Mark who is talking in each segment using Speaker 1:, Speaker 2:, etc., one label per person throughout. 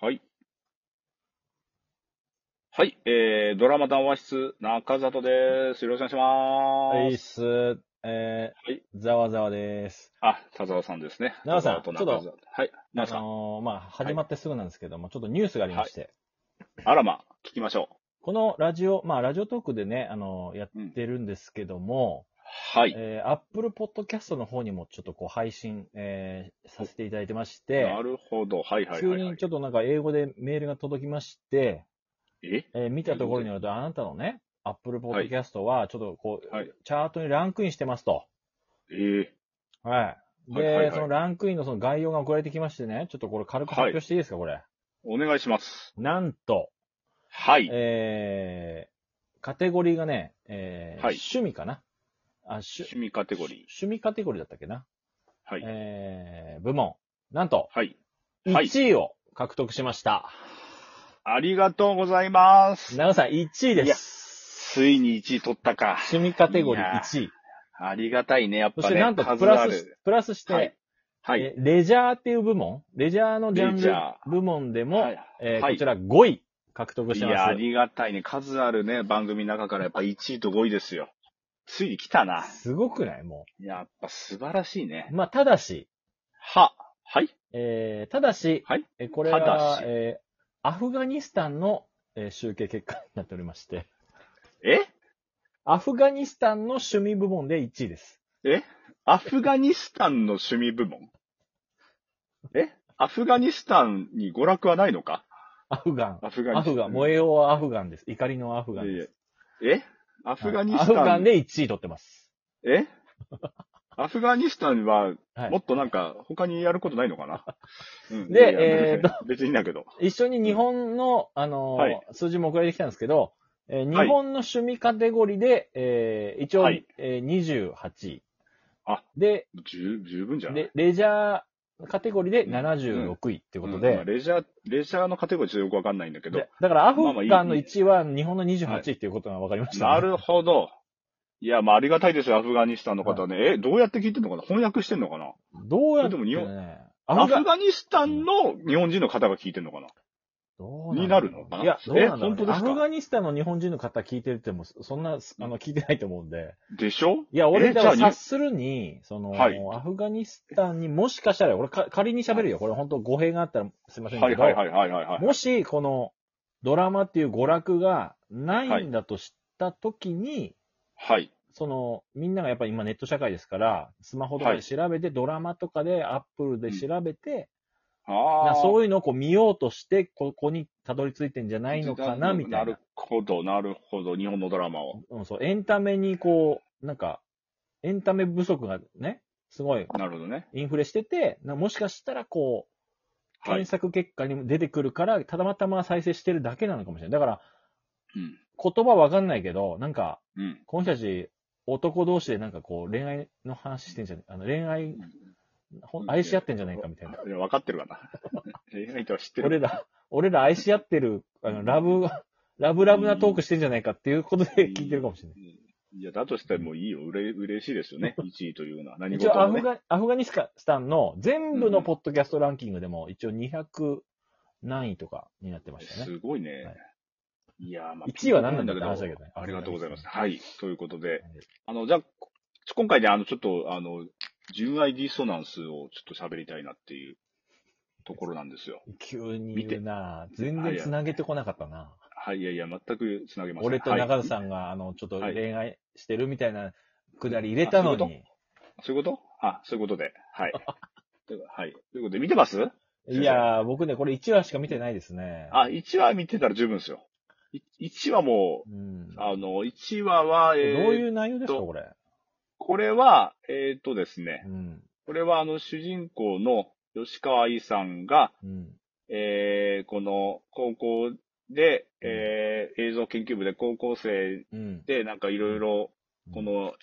Speaker 1: はい。はい、えー、ドラマ談話室、中里です。よろしくお
Speaker 2: は
Speaker 1: 願い
Speaker 2: いっ
Speaker 1: します。
Speaker 2: す。えー
Speaker 1: はい
Speaker 2: ざわざわです。
Speaker 1: あ、田沢さんですね。
Speaker 2: 田沢さん
Speaker 1: 田と中
Speaker 2: ち
Speaker 1: 里。はい、
Speaker 2: あ
Speaker 1: 何ですか
Speaker 2: のーまあ、始まってすぐなんですけども、ちょっとニュースがありまして、
Speaker 1: あらま、聞きましょ
Speaker 2: このラジオ、まあ、ラジオトークでね、あのーやってるんですけども、
Speaker 1: う。はい。
Speaker 2: えー、Apple Podcast の方にもちょっとこう配信、えーさせていただいてまして、
Speaker 1: なるほど。はいはい
Speaker 2: 急
Speaker 1: はい、は
Speaker 2: に
Speaker 1: い
Speaker 2: ちょ。っとなんか英語でメールが届きまして、
Speaker 1: え
Speaker 2: えー見たところによると、あなたのね、Apple Podcast は、ちょっとこう、
Speaker 1: はい
Speaker 2: チャートにランクインしてますと。
Speaker 1: えー、
Speaker 2: はい。で、
Speaker 1: はいはいはい
Speaker 2: そのランクインのその概要が送られてきましてね、ちょっとこれ軽く発表していいですか、これ。
Speaker 1: お願いします。
Speaker 2: なんと、
Speaker 1: はい。
Speaker 2: えー、カテゴリーがね、えー
Speaker 1: はい
Speaker 2: 趣味かなあ、しゅ
Speaker 1: 趣味カテゴリ
Speaker 2: 趣味カテゴリーだったっけな、
Speaker 1: ー。はい。
Speaker 2: えー、部門。なんと、
Speaker 1: はい。はい
Speaker 2: 1位を獲得しました。
Speaker 1: ありがとうございます。
Speaker 2: 長、さん、1位
Speaker 1: いや
Speaker 2: です。
Speaker 1: ついに1位取ったか。
Speaker 2: 趣味カテゴリ
Speaker 1: い
Speaker 2: ー
Speaker 1: や
Speaker 2: 1位。
Speaker 1: ありがたいね、やっ
Speaker 2: そ
Speaker 1: ぱ
Speaker 2: し
Speaker 1: ね。
Speaker 2: て、なんと、プ
Speaker 1: 数あ
Speaker 2: ラ
Speaker 1: る
Speaker 2: ス、プラスして、
Speaker 1: はい。はい。
Speaker 2: えーレジャーっていう部門、レジャーのジャン
Speaker 1: レジ
Speaker 2: ル
Speaker 1: ャー
Speaker 2: 部門でも、
Speaker 1: はい
Speaker 2: えー
Speaker 1: はい
Speaker 2: こちら5位獲得
Speaker 1: い
Speaker 2: してま
Speaker 1: や、あ
Speaker 2: す。
Speaker 1: りがたいね。数あるね、番組の中からやっぱ1位と5位ですよ。ついに来たな。
Speaker 2: すごくないも
Speaker 1: やっぱ素晴らしいね
Speaker 2: う。。まあ、ただし、
Speaker 1: は、はい
Speaker 2: えーただし、
Speaker 1: はい
Speaker 2: えーこれ
Speaker 1: ただ
Speaker 2: は
Speaker 1: し、
Speaker 2: えーアフガニスタンの、えー集計結果になっておりまして、
Speaker 1: え
Speaker 2: アフガニスタンの趣味部門で1位です。
Speaker 1: えアフガニスタンの趣味部門えアフガニスタンに娯楽はないのか
Speaker 2: アフガン。
Speaker 1: アフガニ
Speaker 2: ア
Speaker 1: スタン。
Speaker 2: フガン。燃えようはアフガンです。怒りのアフガンです。
Speaker 1: いやいやえアフガニス
Speaker 2: アフ
Speaker 1: タン。
Speaker 2: ガンで1位取ってます。
Speaker 1: えアフガニスタンは、
Speaker 2: はい
Speaker 1: もっとなんか、他にやることないのかな、うん
Speaker 2: で
Speaker 1: いやいや
Speaker 2: えー
Speaker 1: 別にだけど。
Speaker 2: 一緒に日本の、あのー
Speaker 1: はい
Speaker 2: 数字も送られてきたんですけど、えー日
Speaker 1: はい
Speaker 2: 本の趣味カテゴリーで、えー一応、
Speaker 1: はい
Speaker 2: えー28位。
Speaker 1: あ
Speaker 2: で
Speaker 1: 十、十分じゃない
Speaker 2: レ、レジャーカテゴリーで76位っていうことで、
Speaker 1: うんまあレジャー、レジャーのカテゴリーちょっとよくわかんないんだけど
Speaker 2: で。だからアフ
Speaker 1: まあまあいい
Speaker 2: ガンの1位は日本の28位っていうことが分かりましたね、
Speaker 1: なるほど。いや、まあ、ありがたいですよ、アフガニスタンの方ね。え、どうやって聞いてんのかな翻訳してんのかな
Speaker 2: どうやって、
Speaker 1: でも日本
Speaker 2: ね、
Speaker 1: ア
Speaker 2: ア
Speaker 1: フ
Speaker 2: フガン、
Speaker 1: ガニスタンの日本人の方が聞いてんのかな
Speaker 2: どう
Speaker 1: に
Speaker 2: だ
Speaker 1: な
Speaker 2: ろう
Speaker 1: るのかない
Speaker 2: や、どうなんだろう
Speaker 1: え本当ですか
Speaker 2: アフガニスタンの日本人の方聞いてるっても、そんな、あの、聞いてないと思うんで。
Speaker 1: でしょ
Speaker 2: いや、俺、
Speaker 1: え
Speaker 2: だから
Speaker 1: じゃあ
Speaker 2: 察するに、その、
Speaker 1: はい
Speaker 2: アフガニスタンにもしかしたら、俺か、仮に喋るよ。これ本当語弊があったらすいません
Speaker 1: は
Speaker 2: け
Speaker 1: い
Speaker 2: ど、
Speaker 1: はいはいはいはいはい。
Speaker 2: もし、この、ドラマっていう娯楽がないんだとしたときに、
Speaker 1: はい。
Speaker 2: その、みんながやっぱり今ネット社会ですから、スマホとかで調べて、ドラマとかで、アップルで調べて、
Speaker 1: あ
Speaker 2: な
Speaker 1: あ。
Speaker 2: そう
Speaker 1: いう
Speaker 2: いうのをこう見ようとして、ここにたどり着いてんじゃないのかな、みたい
Speaker 1: なる
Speaker 2: な。
Speaker 1: ほど、なるほど。日本のドラマを。
Speaker 2: うん、そう、エンタメにこう、なんか、エンタメ不足がね、すごい
Speaker 1: なるほどね。
Speaker 2: インフレしてて、なもしかしたらこう、
Speaker 1: はい
Speaker 2: 検。索結果にも出てくるから、たまたま再生してるだけなのかもしれない。だから、
Speaker 1: うん。
Speaker 2: 言葉わかんないけど、なんか、
Speaker 1: うん。
Speaker 2: この人たち、男同士でなんかこう、恋愛の話してんじゃねあの、恋愛、ほん愛し合ってんじゃないかみたいな。
Speaker 1: いや、わかってるかな。 恋愛とは知ってる。
Speaker 2: 俺ら、俺ら愛し合ってる、あの、ラブ、ラブラブなトークしてんじゃないかっていうことで聞いてるかもしれない。
Speaker 1: いや、だとしたらもういいよ。うれ、嬉しいですよ ね。1位というのは。何
Speaker 2: 一
Speaker 1: 事
Speaker 2: 応ア
Speaker 1: も
Speaker 2: フ
Speaker 1: ね。
Speaker 2: ガ、アフガニスタンの全部のポッドキャストランキングでも一応200何位とかになってましたね。
Speaker 1: すごいね。、
Speaker 2: はい
Speaker 1: やー、まあ、
Speaker 2: 1位は何なんだ
Speaker 1: ピ
Speaker 2: っ
Speaker 1: ンとこ
Speaker 2: て
Speaker 1: ない
Speaker 2: 話だけどね。
Speaker 1: ありがとうございます。はい。ということで、
Speaker 2: い
Speaker 1: あの、じゃあ、こ今回で、あの、ちょっと、あの、純愛ディソナンスをちょっと喋りたいなっていうところなんですよ。
Speaker 2: 急に言うな全然繋げてこなかったな。
Speaker 1: はい、いやいや、全くつなげません。
Speaker 2: 俺と
Speaker 1: は
Speaker 2: 中
Speaker 1: い
Speaker 2: 田さんが、あの、ちょっと
Speaker 1: はい
Speaker 2: 恋愛してるみたいなくだり入れたの
Speaker 1: あそう
Speaker 2: に。
Speaker 1: そういうことあ、そういうことで。 はい。というはい。ということで、見てます
Speaker 2: いやー、僕ね、これ1話しか見てないですね。
Speaker 1: あ、1話見てたら十分ですよ。1話も
Speaker 2: う、ん。
Speaker 1: あの、1話は、え
Speaker 2: どう
Speaker 1: ー
Speaker 2: いう内容ですか、これ。
Speaker 1: これは、えっ、とですね、
Speaker 2: うん。
Speaker 1: これはあの主人公の吉川愛さんが、
Speaker 2: うん。
Speaker 1: えーこの高校で、えー映像研究部で高校生
Speaker 2: うん。
Speaker 1: でなんかいろいろこの、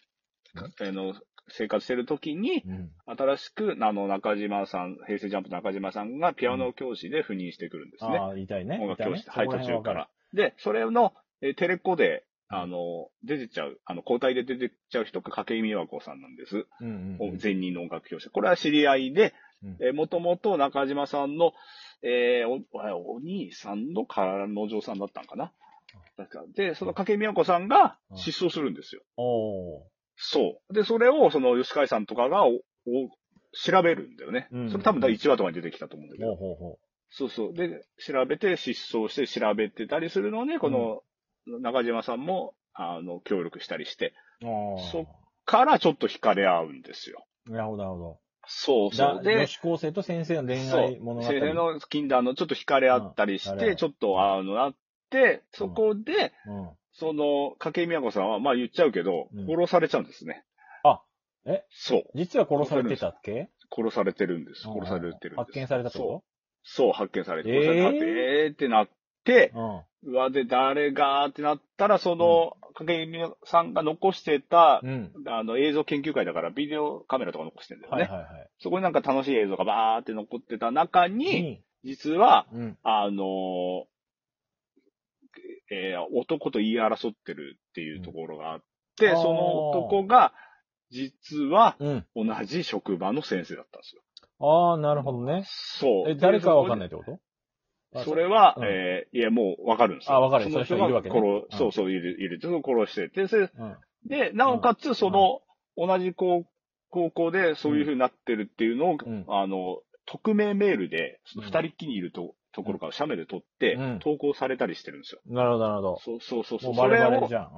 Speaker 1: あの生活してる時に、
Speaker 2: うん。
Speaker 1: 新しくあの中島さん、平成ジャンプの中島さんがピアノ教師で赴任してくるんですね。
Speaker 2: ああ、言いたいね。
Speaker 1: 音
Speaker 2: 言
Speaker 1: 楽
Speaker 2: いたい
Speaker 1: 教
Speaker 2: ね
Speaker 1: 師、はい、途中か。ら。で、それの、えーテレコで、あの、出てちゃう、あの、交代で出てちゃう人が筧美和子さんなんです。
Speaker 2: そこら辺はわかるうんうんうん。
Speaker 1: 前任の音楽教師。これは知り合いで、
Speaker 2: うん
Speaker 1: えー、もともと中島さんの、えーお、お兄さんの彼女さんだったんかな。だからで、その掛宮子さんが
Speaker 2: うん
Speaker 1: 失踪するんですよ。
Speaker 2: おー。
Speaker 1: そう。で、それを、その、吉海さんとかが、お、お、調べるんだよね。
Speaker 2: うん
Speaker 1: それ多分第1話とかに出てきたと思うんだけど。
Speaker 2: ほうほうほ
Speaker 1: そうそう。で、調べて、失踪して調べてたりするのをね、この、中島さんも、あの、協力したりして、
Speaker 2: う。ああ。
Speaker 1: そからちょっと惹かれ合うんですよ。
Speaker 2: なるほど、なるほ
Speaker 1: そう
Speaker 2: ど。だ
Speaker 1: そう。
Speaker 2: 女
Speaker 1: で、
Speaker 2: 子高生と先生の恋
Speaker 1: そ
Speaker 2: 愛
Speaker 1: う
Speaker 2: 物語。
Speaker 1: 先生の禁断のちょっと惹かれ合ったり
Speaker 2: う
Speaker 1: し
Speaker 2: んあれ
Speaker 1: て、ちょっと、あの、あって、そこで、
Speaker 2: うん。
Speaker 1: その、筧美和子さんは、まあ言っちゃうけど
Speaker 2: うん、
Speaker 1: 殺されちゃうんですね。
Speaker 2: あえ
Speaker 1: そう。
Speaker 2: 実は殺されてたっけ
Speaker 1: 殺されてるんです。殺されてるんです。
Speaker 2: 発見されたって
Speaker 1: そう
Speaker 2: こ
Speaker 1: そう、発見されて。
Speaker 2: え
Speaker 1: 殺
Speaker 2: ー
Speaker 1: されたってえーってなって、
Speaker 2: とうん。
Speaker 1: うわ、で、誰がーってなったら、その、影井さんが残してた、
Speaker 2: うん。
Speaker 1: あの、映像研究会だから、ビデオカメラとか残してんだよ
Speaker 2: はい
Speaker 1: ね。
Speaker 2: はいは
Speaker 1: そこになんか楽しい映像がバーって残ってた中
Speaker 2: い。
Speaker 1: に、
Speaker 2: に
Speaker 1: 実は、
Speaker 2: うん。
Speaker 1: あのーえー男と言い争ってるっていうところがあって、
Speaker 2: うん
Speaker 1: その男が、実は、
Speaker 2: うん。
Speaker 1: 同じ職場の先生だったんですよ。
Speaker 2: ああ、なるほどね。
Speaker 1: そう。
Speaker 2: え、誰かはわかんな
Speaker 1: い。
Speaker 2: いってことあ
Speaker 1: それは、
Speaker 2: うん
Speaker 1: えーいや、もうわかるんですよ。
Speaker 2: あわかる
Speaker 1: その人
Speaker 2: そ
Speaker 1: が
Speaker 2: の人いるわけね
Speaker 1: 殺
Speaker 2: うん
Speaker 1: そうそう、いる、いる。その殺してて、で、
Speaker 2: うん。
Speaker 1: でなおかつ、その、同じ高高校でそういうふうになってるっていうのを、
Speaker 2: うん
Speaker 1: あの、匿名メールで、その
Speaker 2: うん
Speaker 1: 二人っきりいるとところから写メで撮って、
Speaker 2: うん
Speaker 1: 投稿されたりしてるんですよ。
Speaker 2: なるほど、なるほど。
Speaker 1: そうそうそうそ
Speaker 2: も
Speaker 1: う。
Speaker 2: う
Speaker 1: そ
Speaker 2: バレ
Speaker 1: れ
Speaker 2: バレ
Speaker 1: を
Speaker 2: じゃん。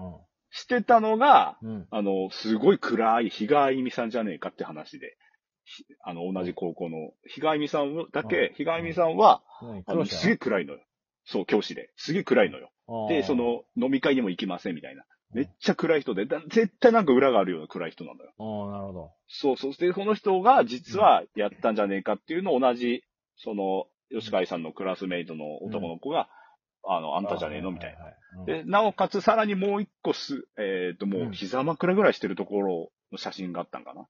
Speaker 1: してたのが、
Speaker 2: うん。うん。
Speaker 1: あの、すごい暗い、比嘉あゆみさんじゃねえかって話で、ひあの、同じ高校の、比嘉あゆみさんだけ、比嘉あゆみさんは、
Speaker 2: 何
Speaker 1: あの、すげえ暗いのよ。そう、教師で。すげえ暗いのよ。で、そ、の、飲み会にも行きませんみたいな。めっちゃ暗い人で、だ絶対なんか裏があるような暗い人なんだよ。
Speaker 2: あーあー、なるほど。
Speaker 1: そうそう。で、この人が実はやったんじゃねえかっていうのを同じ、その、吉川さんのクラスメイトの男の子が、あの、あんたじゃねえのみたいな。
Speaker 2: な
Speaker 1: で、なおかつさらにもう一個す、えっ、と、もう膝枕ぐらいしてるところの写真があったんかな。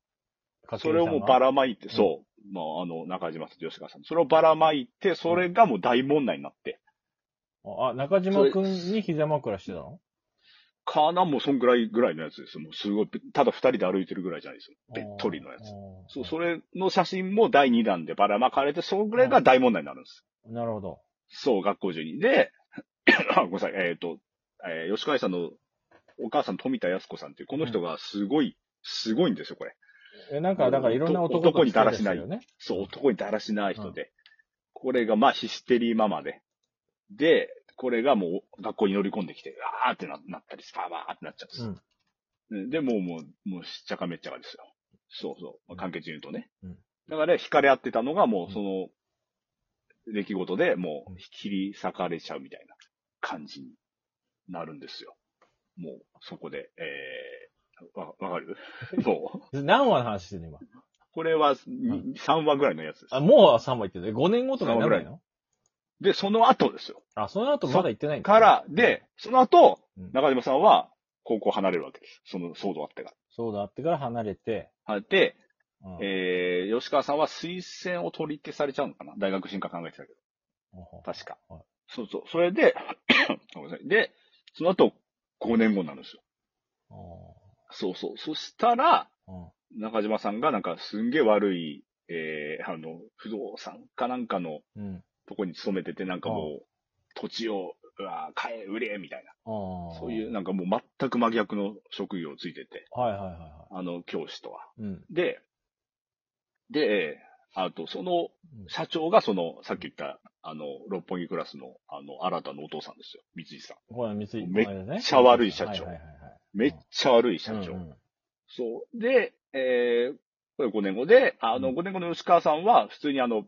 Speaker 1: それをもうば
Speaker 2: ラ。
Speaker 1: らまいて、
Speaker 2: ん
Speaker 1: そう、まあ、あの、中島さんと吉川さん。それをばらまいて、それがもう大問題になって。
Speaker 2: あ、中島くんに膝枕してたの
Speaker 1: かなもうそんぐらいぐらいのやつです。もうすごい、ただ二人で歩いてるぐらいじゃないですよ。べっとりのやつ。
Speaker 2: つ
Speaker 1: そう、それの写真も第2弾でばらまかれて、そのぐらいが大問題になるんです。
Speaker 2: なるほど。
Speaker 1: そう、学校中に。で、 あごめんなさい、えっ、と、えー吉川さんのお母さん、富田靖子さんっていう、この人がすごい、すごいんですよ、これ。
Speaker 2: え、なんか、だからいろんな男と
Speaker 1: 男にだらしない
Speaker 2: 付き合って
Speaker 1: そう、男にだらしない人で。これが、まあ、ヒステリーママで。で、これがもう学校に乗り込んできて、あーってななったり、スパーバーってなっちゃうんです
Speaker 2: た。よね
Speaker 1: うんで、もう、もう、もう、しっちゃかめっちゃかですよ。そうそう。まあ、簡潔に言うとね。
Speaker 2: うん
Speaker 1: だから、惹かれ合ってたのが、も
Speaker 2: うん
Speaker 1: う、その、出来事でも
Speaker 2: う、
Speaker 1: うん切り裂かれちゃうみたいな感じになるんですよ。もう、そこで、えー、わ、わか るもう、
Speaker 2: うん。何話の話してんの今。
Speaker 1: これは、
Speaker 2: う
Speaker 1: 3話ぐらいのやつです
Speaker 2: あ、。もう3話言ってる。5年後とかにならないの
Speaker 1: で、その後ですよ。
Speaker 2: あ、その後まだ言ってないんだ
Speaker 1: から、で、、その後
Speaker 2: うん、
Speaker 1: 中島さんは、高校離れるわけです。その騒動あってから。
Speaker 2: そうだ、あってから離れて、
Speaker 1: はいで、
Speaker 2: うん
Speaker 1: えー、吉川さんは推薦を取り消されちゃうのかな大学進学考えてたけど。確か
Speaker 2: はい。
Speaker 1: そうそう。それで、 ごめんなさい。で、その後、5年後になるんですよ。
Speaker 2: あ
Speaker 1: そうそう。そしたら、
Speaker 2: ーうん
Speaker 1: 中島さんがなんかすんげえ悪い、えー、あの、不動産かなんかの
Speaker 2: うん。
Speaker 1: とこに勤めてて、なんかもう、土地を、うわー買え、売れ、みたい
Speaker 2: あ
Speaker 1: な。
Speaker 2: あ。
Speaker 1: そういう、。なんかもう全く真逆の職業をついてて、
Speaker 2: はいはいはいは
Speaker 1: あの教師とは。
Speaker 2: い。うん。
Speaker 1: で、で、えーあと、その、社長がその、さっき言った、あの、六本木クラスの、あの、新たなお父さんですよ。三井さ
Speaker 2: これ、三井、
Speaker 1: めっ
Speaker 2: この間ね
Speaker 1: ん。めっちゃ悪い社長
Speaker 2: はいはいはいはい。
Speaker 1: ん。めっちゃ悪い社長。
Speaker 2: うん
Speaker 1: そう。で、えー、これ5年後で、あ
Speaker 2: う
Speaker 1: の、
Speaker 2: ん
Speaker 1: 5年後の吉川さんは、普通にあの、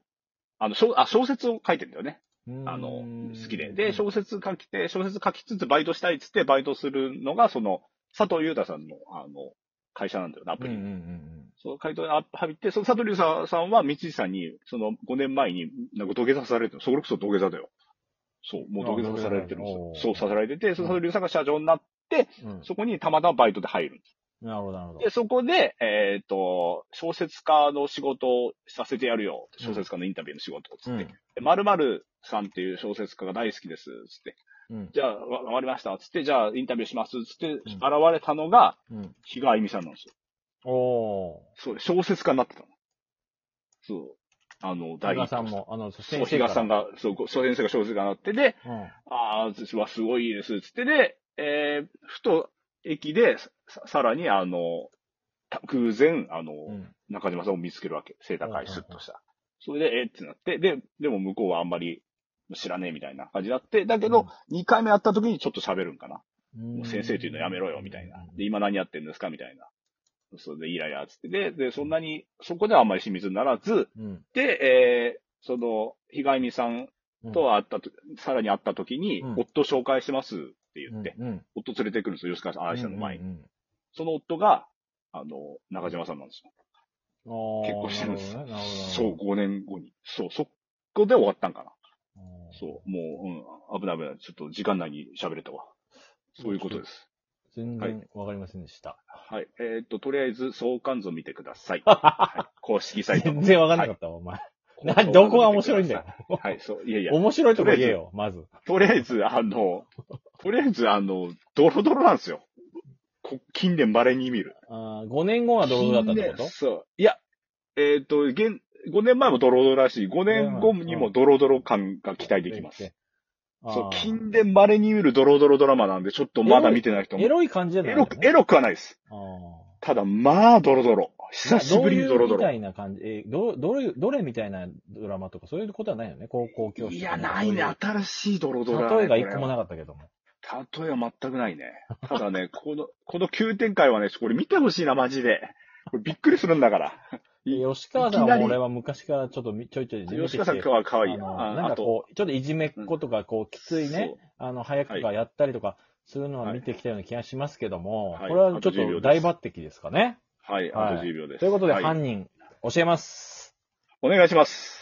Speaker 1: あの、小あ小説を書いてんだよね。
Speaker 2: うん
Speaker 1: あの
Speaker 2: う、ん
Speaker 1: 好きで。で、小説書きて、小説書きつつバイトしたいっつって、バイトするのが、その、佐藤裕太さんの、あの、会社なんだよな、アプリ。
Speaker 2: うんうんうん
Speaker 1: そう、回答にあ入って、その佐藤龍さんさんは、道地さんに、その5年前に、なんか土下座されてる。それこそ土下座だよ。そう、もう土下座されてるんです
Speaker 2: あ
Speaker 1: よ
Speaker 2: 土下座されてる。
Speaker 1: そう、させられてて、その佐藤龍さんが社長になって、
Speaker 2: うんうん
Speaker 1: そこにたまたまバイトで入るんで
Speaker 2: なるほど、なるほ
Speaker 1: す。で、そこで、えっ、と、小説家の仕事をさせてやるよ。小説家のインタビューの仕事をつ
Speaker 2: ど。う
Speaker 1: って。
Speaker 2: ん
Speaker 1: で〇〇さんっていう小説家が大好きです。つって。
Speaker 2: うん。
Speaker 1: じゃあ、わわかりました。つって、じゃあインタビューします。つって、現れたのが、
Speaker 2: うん。
Speaker 1: 比嘉愛美さんなんですよ。
Speaker 2: おー。
Speaker 1: そう、小説家になってたの。そう。あの、
Speaker 2: 比
Speaker 1: 第
Speaker 2: 嘉
Speaker 1: 一
Speaker 2: さん
Speaker 1: 歩。
Speaker 2: も、あの、先
Speaker 1: そう、
Speaker 2: 生
Speaker 1: 比
Speaker 2: か
Speaker 1: 嘉
Speaker 2: ら。
Speaker 1: さんが、そう、ごそう先生が小説家になってで、
Speaker 2: うん。
Speaker 1: ああ、私はすごいいいです、つってで、えー、ふと駅で、ささらに、あの、た偶然、あの、
Speaker 2: うん。
Speaker 1: 中島さんを見つけるわけ。背高い、スッとした。それで、えーってなって、で、でも向こうはあんまり知らねえみたいな感じになって、だけど、2回目会った時にちょっと喋るんかな。もう先生というのやめろよ、みたいな。で、今何やってんですか、みたいな。それで、イライラ、つって。で、で、そんなに、そこではあんまり親密にならず、
Speaker 2: うん。
Speaker 1: で、えー、その、被害人さん
Speaker 2: うん。
Speaker 1: と会ったと、さらに会った時に、
Speaker 2: うん
Speaker 1: 夫紹介しますって言
Speaker 2: う
Speaker 1: っ
Speaker 2: ん、
Speaker 1: て、
Speaker 2: うん。
Speaker 1: 夫連れてくるんですよ、吉川さん、ああしたの前に。
Speaker 2: に。
Speaker 1: その夫が、あの、中島さんなんですよ。
Speaker 2: 結
Speaker 1: 結
Speaker 2: 構
Speaker 1: 婚してるんです
Speaker 2: なるほどね。
Speaker 1: そう、5年後に。そう、そこで終わったんかな。
Speaker 2: う。
Speaker 1: そう、もう、うん、危ない危ない。ちょっと時間内に喋れたわ。そういうことです。
Speaker 2: 全然わかりませんでした。
Speaker 1: はい。えーっと、とりあえず、相関図を見てくだ さい。はい、公式サイトの。
Speaker 2: 全然わかんなかったわ、お前。 な
Speaker 1: はい
Speaker 2: どこが面白いんだよ。
Speaker 1: はい、そう、いやいや。
Speaker 2: 面白いとこ言えよ、まず。
Speaker 1: とりあえず、あの、とりあえず、あの、ドロドロなんですよ。こ近年稀に見る。
Speaker 2: あ5年後はドロドロだったってこ
Speaker 1: 近年
Speaker 2: と
Speaker 1: そう。いや、えーっ、と、現、5年前もドロドロだし、5年後にもドロドロ感が期待できます。。そう、
Speaker 2: あー
Speaker 1: 近年稀に見るドロドロドラマなんで、ちょっとまだ見てない人も。
Speaker 2: エロい感じじゃない
Speaker 1: エロく、エロくはないです。
Speaker 2: あー
Speaker 1: ただ、まあ、ドロドロ。久し
Speaker 2: ど
Speaker 1: ぶ
Speaker 2: う
Speaker 1: り
Speaker 2: い
Speaker 1: に
Speaker 2: う
Speaker 1: ドロド
Speaker 2: み
Speaker 1: ロ。
Speaker 2: た
Speaker 1: い
Speaker 2: いな感じ、え、ど、どれ、どれみたいなドラマとか、そういうことはないよね。高校教師とか
Speaker 1: や、ないね。新しいドロ
Speaker 2: そう
Speaker 1: ド
Speaker 2: いう
Speaker 1: ロだね。
Speaker 2: 例えが一個も
Speaker 1: こ
Speaker 2: なかったけども。
Speaker 1: れは例えは全くないね。 ただね、この、この急展開はね、これ見てほしいな、マジで。これびっくりするんだ から。い
Speaker 2: え吉川さん
Speaker 1: いき
Speaker 2: は
Speaker 1: なり
Speaker 2: 俺は昔からちょっとみちょいちょい見てきて
Speaker 1: 吉川さんは可愛い。
Speaker 2: あの
Speaker 1: あ
Speaker 2: なん
Speaker 1: あ
Speaker 2: か
Speaker 1: と、
Speaker 2: こう、ちょっといじめっ子とか、こう、きついね、あの、早くとかやったりとかするのは見てきたような気がしますけども、
Speaker 1: はい
Speaker 2: これはちょっ
Speaker 1: あと10秒
Speaker 2: と
Speaker 1: で
Speaker 2: 大
Speaker 1: す
Speaker 2: 抜擢ですかね。
Speaker 1: はい、あと10秒です。
Speaker 2: ということで、
Speaker 1: はい
Speaker 2: 犯人、教えます。
Speaker 1: お願いします。